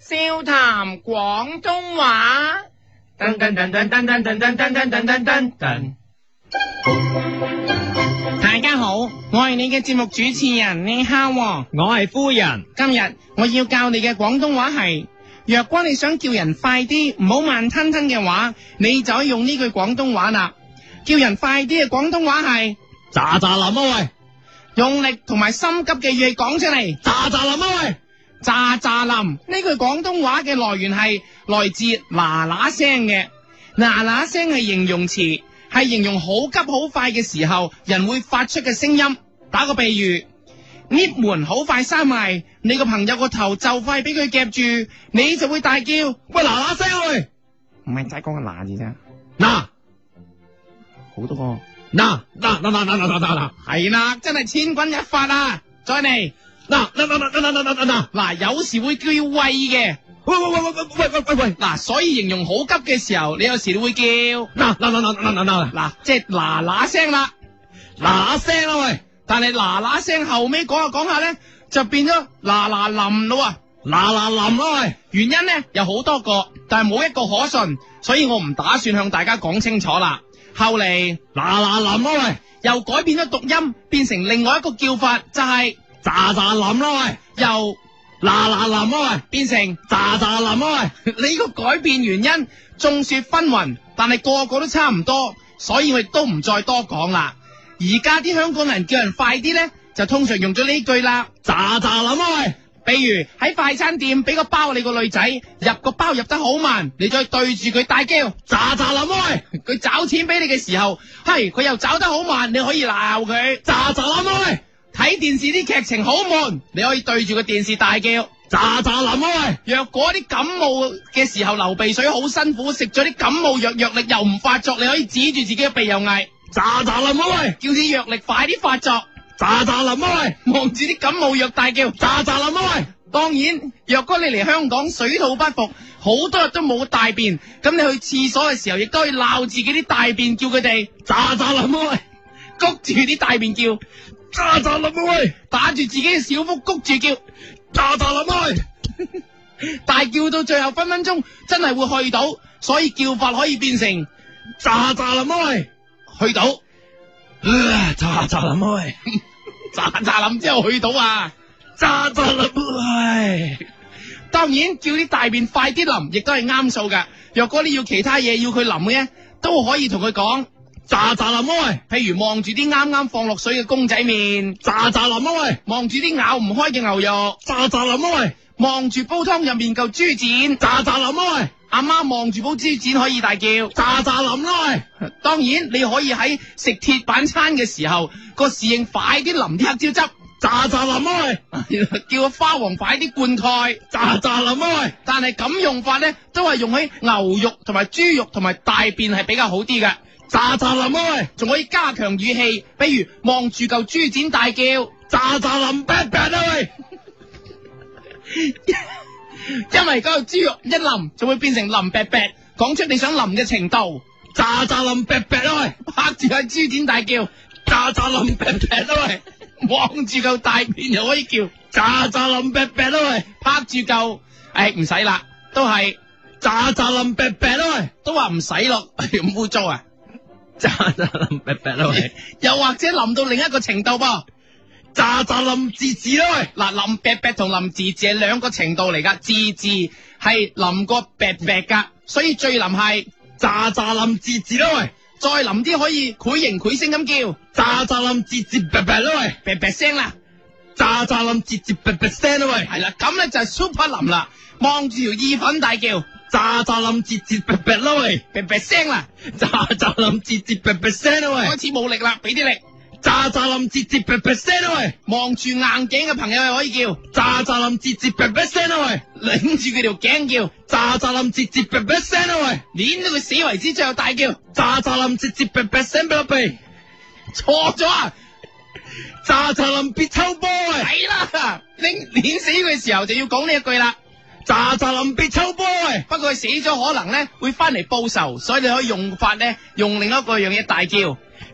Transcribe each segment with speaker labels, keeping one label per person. Speaker 1: 笑談廣東話。
Speaker 2: 噔噔噔噔噔噔噔噔噔噔噔噔噔。
Speaker 1: 大家好，我係你嘅節目主持人你好喎。
Speaker 2: 我係夫人。
Speaker 1: 今日我要教你嘅廣東話係：若果你想叫人快啲，唔好慢吞吞嘅話，你就可以用呢句廣東話啦。叫人快啲嘅廣東話係
Speaker 2: 喳喳林啊喂，
Speaker 1: 用力同埋心急嘅語氣講出嚟。
Speaker 2: 喳喳林啊喂，
Speaker 1: 喳喳林呢句廣東話嘅來源係來自嗱嗱聲嘅，嗱嗱聲係形容詞，係形容好急好快嘅時候人會發出嘅聲音。打個比喻，lift 門好快閂埋，你個朋友個頭就快俾佢夾住，你就會大叫，唔
Speaker 2: 喂嗱嗱聲啊喂，
Speaker 1: 係齋講個嗱字啫，
Speaker 2: 嗱
Speaker 1: 好多個。
Speaker 2: 嗱嗱嗱嗱嗱嗱嗱嗱
Speaker 1: 係啦，真係千鈞一發啊！再嚟
Speaker 2: 嗱嗱嗱嗱嗱嗱嗱嗱嗱，
Speaker 1: 嗱，有時會叫喂嘅，
Speaker 2: 喂喂喂喂喂喂喂喂，
Speaker 1: 嗱，所以形容好急嘅時候，你有時會叫。
Speaker 2: 嗱嗱嗱嗱嗱嗱嗱
Speaker 1: 嗱，即係嗱嗱聲啦，
Speaker 2: 嗱聲啦喂，
Speaker 1: 但係嗱嗱聲後尾講下講下咧，就變咗嗱嗱冧咯啊！
Speaker 2: 嗱嗱林啦喂，
Speaker 1: 原因咧有好多個，但係冇一個可信，所以我唔打算向大家講清楚啦。後嚟
Speaker 2: 嗱嗱林啦喂，
Speaker 1: 又改變咗讀音，變成另外一個叫法，就係、
Speaker 2: 喳喳林啦喂，
Speaker 1: 由
Speaker 2: 嗱嗱林啦喂，
Speaker 1: 變成呢
Speaker 2: 喳喳林啦喂。
Speaker 1: 嗯個改變原因眾說紛紜，但係個個都差唔多，所以我亦都唔再多講啦。而家啲香港人叫人快啲咧，就通常用咗呢句啦。
Speaker 2: 喳喳林啊喂，
Speaker 1: 比如喺快餐店俾個包你個女仔，入個包入得好慢，你再對住佢大叫，
Speaker 2: 喳喳林啊喂，
Speaker 1: 佢找錢俾你嘅時候，係佢又找得好慢，你可以鬧佢。
Speaker 2: 喳喳林啊喂，
Speaker 1: 睇電視啲劇情好悶，你可以對住個電視大叫。
Speaker 2: 喳喳林啊喂，
Speaker 1: 若果啲感冒嘅時候流鼻水好辛苦，食咗啲感冒藥藥力又唔發作，你可以指住自己嘅鼻又嗌，
Speaker 2: 喳喳林啊喂，
Speaker 1: 叫啲藥力快啲發作，
Speaker 2: 喳喳林啊喂，
Speaker 1: 望住啲感冒藥大叫。
Speaker 2: 喳喳林啊喂，
Speaker 1: 當然，若果你嚟香港水土不服，好多日都冇大便，咁你去廁所嘅時候，亦都可以鬧自己啲大便，叫佢哋
Speaker 2: 喳喳林啊喂，
Speaker 1: 谷住啲大便叫，
Speaker 2: 喳喳林啊喂，
Speaker 1: 打住自己嘅小腹谷住叫，
Speaker 2: 喳喳林啊喂，
Speaker 1: 但係叫到最後分分鐘真係會去到，所以叫法可以變成
Speaker 2: 喳喳林啊喂，
Speaker 1: 去到，
Speaker 2: 啊喳喳林啊 喂，
Speaker 1: 喳喳諗之後去到啊！
Speaker 2: 喳喳林啊喂，
Speaker 1: 當然叫啲大便快啲淋，亦都係啱數㗎。若果你要其他嘢要佢淋嘅，都可以同佢講，
Speaker 2: 喳喳林啊喂，
Speaker 1: 譬如望住啲啱啱放落水嘅公仔麵。
Speaker 2: 喳喳林啊喂，
Speaker 1: 望住啲咬唔開嘅牛肉，
Speaker 2: 喳喳林啊喂，
Speaker 1: 望住煲湯入面嚿豬展，
Speaker 2: 喳喳林啊喂，
Speaker 1: 阿媽望住煲豬展可以大叫。
Speaker 2: 喳喳林啊喂，
Speaker 1: 當然你可以喺食鐵板餐嘅時候，個侍應快啲淋啲黑椒汁，
Speaker 2: 喳喳林啊喂，
Speaker 1: 叫個花王快啲灌溉。
Speaker 2: 喳喳林啊喂，
Speaker 1: 但係咁用法呢，都係用喺牛肉同埋豬肉同埋大便係比較好啲嘅，
Speaker 2: 喳喳林啊喂，
Speaker 1: 仲可以加強語氣，比如望住嚿豬展大叫。
Speaker 2: 喳喳林 bad bad 啊喂。
Speaker 1: 因為嗰嚿豬肉一淋就會變成淋白白，講出你想淋嘅程度，
Speaker 2: 喳喳林劈劈啊喂，
Speaker 1: 拍住個豬展大叫。
Speaker 2: 喳喳林劈劈啊喂，
Speaker 1: 望住嚿大便又可以叫，
Speaker 2: 喳喳林劈劈啊喂，
Speaker 1: 拍住嚿，誒唔使啦，都係
Speaker 2: 喳喳林劈劈啊喂，
Speaker 1: 都話唔使咯， 咁污糟啊！
Speaker 2: 喳喳林劈劈啊喂，
Speaker 1: 又或者淋到另一個程度噃，
Speaker 2: 喳喳林字字啊喂，
Speaker 1: 嗱淋白白同淋字字係兩個程度嚟噶，字字係淋過白白噶，所以最淋係
Speaker 2: 喳喳林字字啊喂，
Speaker 1: 再淋啲可以繪形繪聲咁叫，
Speaker 2: 喳喳林字字劈劈啊喂，
Speaker 1: 白白聲啦，
Speaker 2: 喳喳林字字劈劈聲啊喂，
Speaker 1: 係啦，咁咧就係 super 淋啦，望住條意粉大叫，
Speaker 2: 喳喳林字字劈劈啊喂，
Speaker 1: 白白聲啦，
Speaker 2: 喳喳林字字劈劈聲啊喂，
Speaker 1: 開始冇力啦，俾啲力，
Speaker 2: 喳喳林字字劈劈聲啊喂，
Speaker 1: 望住硬頸嘅朋友又可以叫。
Speaker 2: 喳喳林字字劈劈聲啊喂，
Speaker 1: 擰住佢條頸叫，
Speaker 2: 喳喳林字字劈劈聲啊喂。
Speaker 1: 捻到佢死為止，最後大叫
Speaker 2: 喳喳林直接劈劈聲俾我鼻，
Speaker 1: 錯咗啊！
Speaker 2: 喳喳林必抽波喂，
Speaker 1: 係啦，拎捻死佢嘅時候就要講呢一句啦。
Speaker 2: 喳喳林必抽波喂，
Speaker 1: 不過佢死咗可能咧會翻嚟報仇，所以你可以用法咧用另一個樣嘢大叫。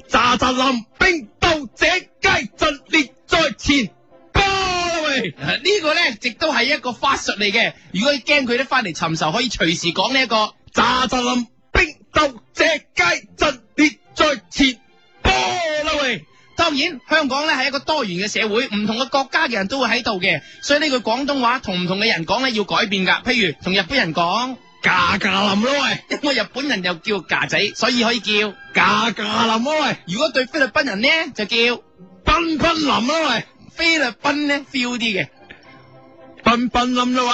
Speaker 2: 喳喳林冰鬥者皆陣列在前波喂，
Speaker 1: 嗱呢個咧，亦都係一個法術嚟嘅。如果你驚佢咧翻嚟尋仇，可以隨時講呢一個。
Speaker 2: 咋咋冧冰鬥只街陣列在前，波啦喂！
Speaker 1: 當然，香港咧係一個多元嘅社會，唔同嘅國家嘅人都會喺度嘅，所以呢句廣東話同唔同嘅人講咧要改變㗎。譬如同日本人講，
Speaker 2: 架架冧啦喂！
Speaker 1: 因為日本人又叫架仔，所以可以叫。
Speaker 2: 架架冧啦
Speaker 1: 如果對菲律賓人呢，就叫
Speaker 2: 喂！賓賓冧啦
Speaker 1: 菲律賓咧 feel 啲嘅，
Speaker 2: 喂！賓賓冧啦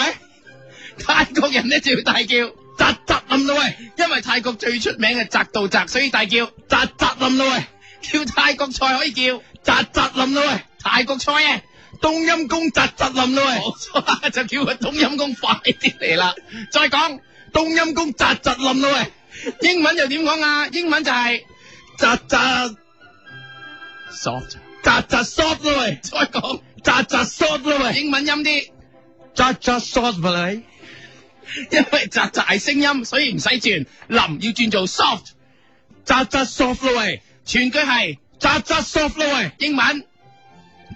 Speaker 2: 喂！
Speaker 1: 泰國人咧就要大叫，因
Speaker 2: 扎扎冧啦喂！
Speaker 1: 為泰國最出名嘅宅道宅，所以大叫。
Speaker 2: 扎扎冧啦喂！
Speaker 1: 叫泰國菜可以叫
Speaker 2: 扎扎冧啦喂！
Speaker 1: 泰國菜啊！
Speaker 2: 冬陰公扎扎冧啦喂！
Speaker 1: 冇錯啦，就叫個冬陰功快啲嚟啦。再講
Speaker 2: 冬陰公扎扎冧啦喂！
Speaker 1: 英文又點講啊？英文就係、
Speaker 2: 扎扎
Speaker 1: soft。
Speaker 2: 扎扎 short 啦喂！
Speaker 1: 再講
Speaker 2: 扎扎 short 啦喂！
Speaker 1: 英文音啲，
Speaker 2: 扎扎 short 啦喂！
Speaker 1: 因為扎扎係聲音，所以唔使轉林要轉做 soft。
Speaker 2: 扎扎 soft 啦喂！
Speaker 1: 全句係
Speaker 2: 扎扎 soft 啦喂！
Speaker 1: 英文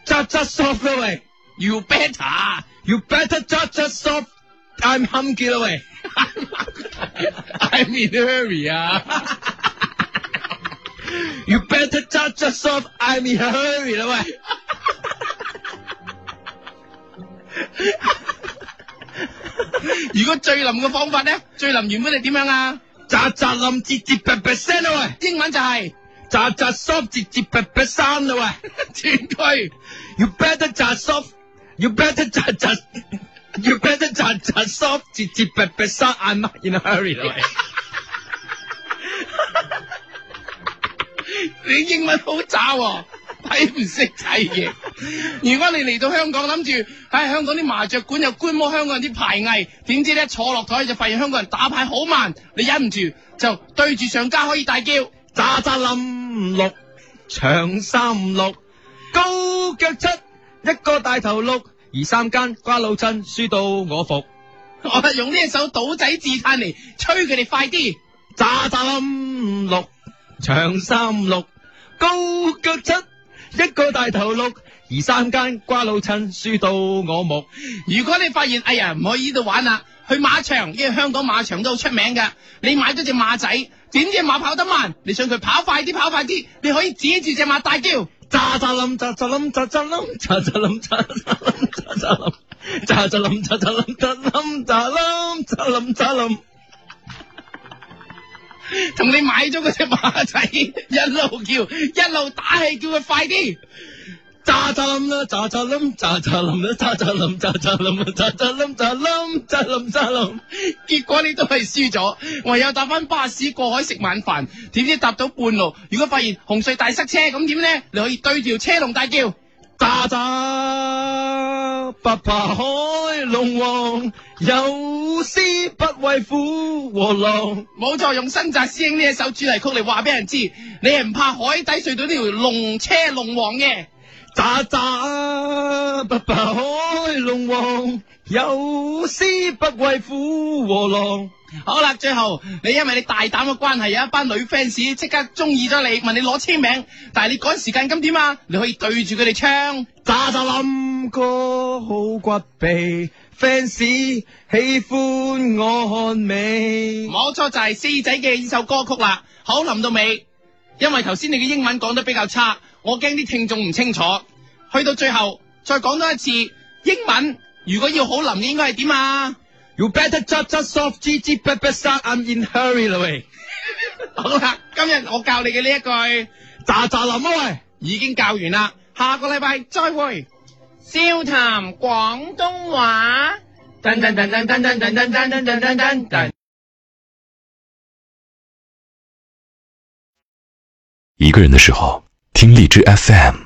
Speaker 2: 扎扎 soft 啦喂！
Speaker 1: ，you better。
Speaker 2: You better judge us soft. I'm hungry 啦 喂
Speaker 1: I'm in a hurry 啊！
Speaker 2: ，You better judge us soft. I'm in a hurry 啦喂，
Speaker 1: 如果最林嘅方法咧，最林原本係點樣啊？
Speaker 2: 扎扎冧節節啪啪聲啦喂，
Speaker 1: 英文就係、
Speaker 2: 扎扎 soft 節節啪啪聲 啦喂
Speaker 1: 全句。
Speaker 2: ，You better judge soft. You better judge us. You better judge us soft 節節啪啪聲，I'm not in a hurry 啦
Speaker 1: 你英文好渣喎、睇唔識睇嘢。如果你嚟到香港諗住，唉、香港啲麻雀館又觀摩香港人啲牌藝，點知咧坐落台就發現香港人打牌好慢，你忍唔住就對住上家可以大叫，
Speaker 2: 喂，扎扎冧六長三六，高腳七一個大頭六，而三間瓜老襯輸到我服。
Speaker 1: 我就用呢一首賭仔自嘆嚟催佢哋快啲。
Speaker 2: 喳喳冧六，長三六，高腳七，一個大頭六，而三間瓜老襯輸到我目。
Speaker 1: 如果你發現哎呀唔可以呢度玩啦，去馬場，因為香港馬場都好出名㗎。你買咗只馬仔，點知馬跑得慢，你想佢跑快啲跑快啲，你可以指住只馬大叫。
Speaker 2: 喳喳冧，喳喳冧，喳喳冧，喳喳冧，喳喳冧，喳喳冧，喳喳冧，喳喳冧，喳冧，喳冧，喳冧，喳冧。
Speaker 1: 同你買咗嗰只馬仔，一路叫，一路打氣，叫佢快啲。
Speaker 2: 喳喳冧啦，喳喳冧，喳喳冧啦，喳喳冧，喳喳冧啦，喳喳冧，喳冧，喳冧，喳冧。
Speaker 1: 結果你都係輸咗，唯有搭翻巴士過海食晚飯。點知搭到半路，如果發現紅隧大塞車，咁點呢？你可以對住車龍大叫。
Speaker 2: 喳喳白爬海龍王，有詩不畏虎和狼。
Speaker 1: 冇錯，用新紮師兄呢一首主題曲嚟話俾人知，你係唔怕海底隧道呢條龍車龍王嘅。
Speaker 2: 喳喳白爬海龍王，有詩不畏虎和狼。
Speaker 1: 好啦，最後你因為你大膽嘅關係，有一班女 fans 即刻中意咗你，問你攞簽名，但係你趕時間咁點啊？你可以對住佢哋唱。
Speaker 2: 喳喳冧哥好骨鼻，fans 喜歡我看美。
Speaker 1: 冇錯，就係、四仔嘅呢首歌曲啦。好，臨到尾，因為頭先你嘅英文講得比較差，我驚啲聽眾唔清楚。去到最後再講多一次英文，如果要好臨嘅應該係點啊？
Speaker 2: You better judge us off, GG, pepper, start, I'm in hurry 啦 喂。
Speaker 1: 好啦，今日我教你嘅呢一句
Speaker 2: 喳喳冧啊喂！
Speaker 1: 已經教完啦，下個禮拜再會。笑談廣東話。
Speaker 3: 噔噔噔噔噔噔噔噔噔噔噔噔噔。
Speaker 4: 一个人的时候，听荔枝 FM。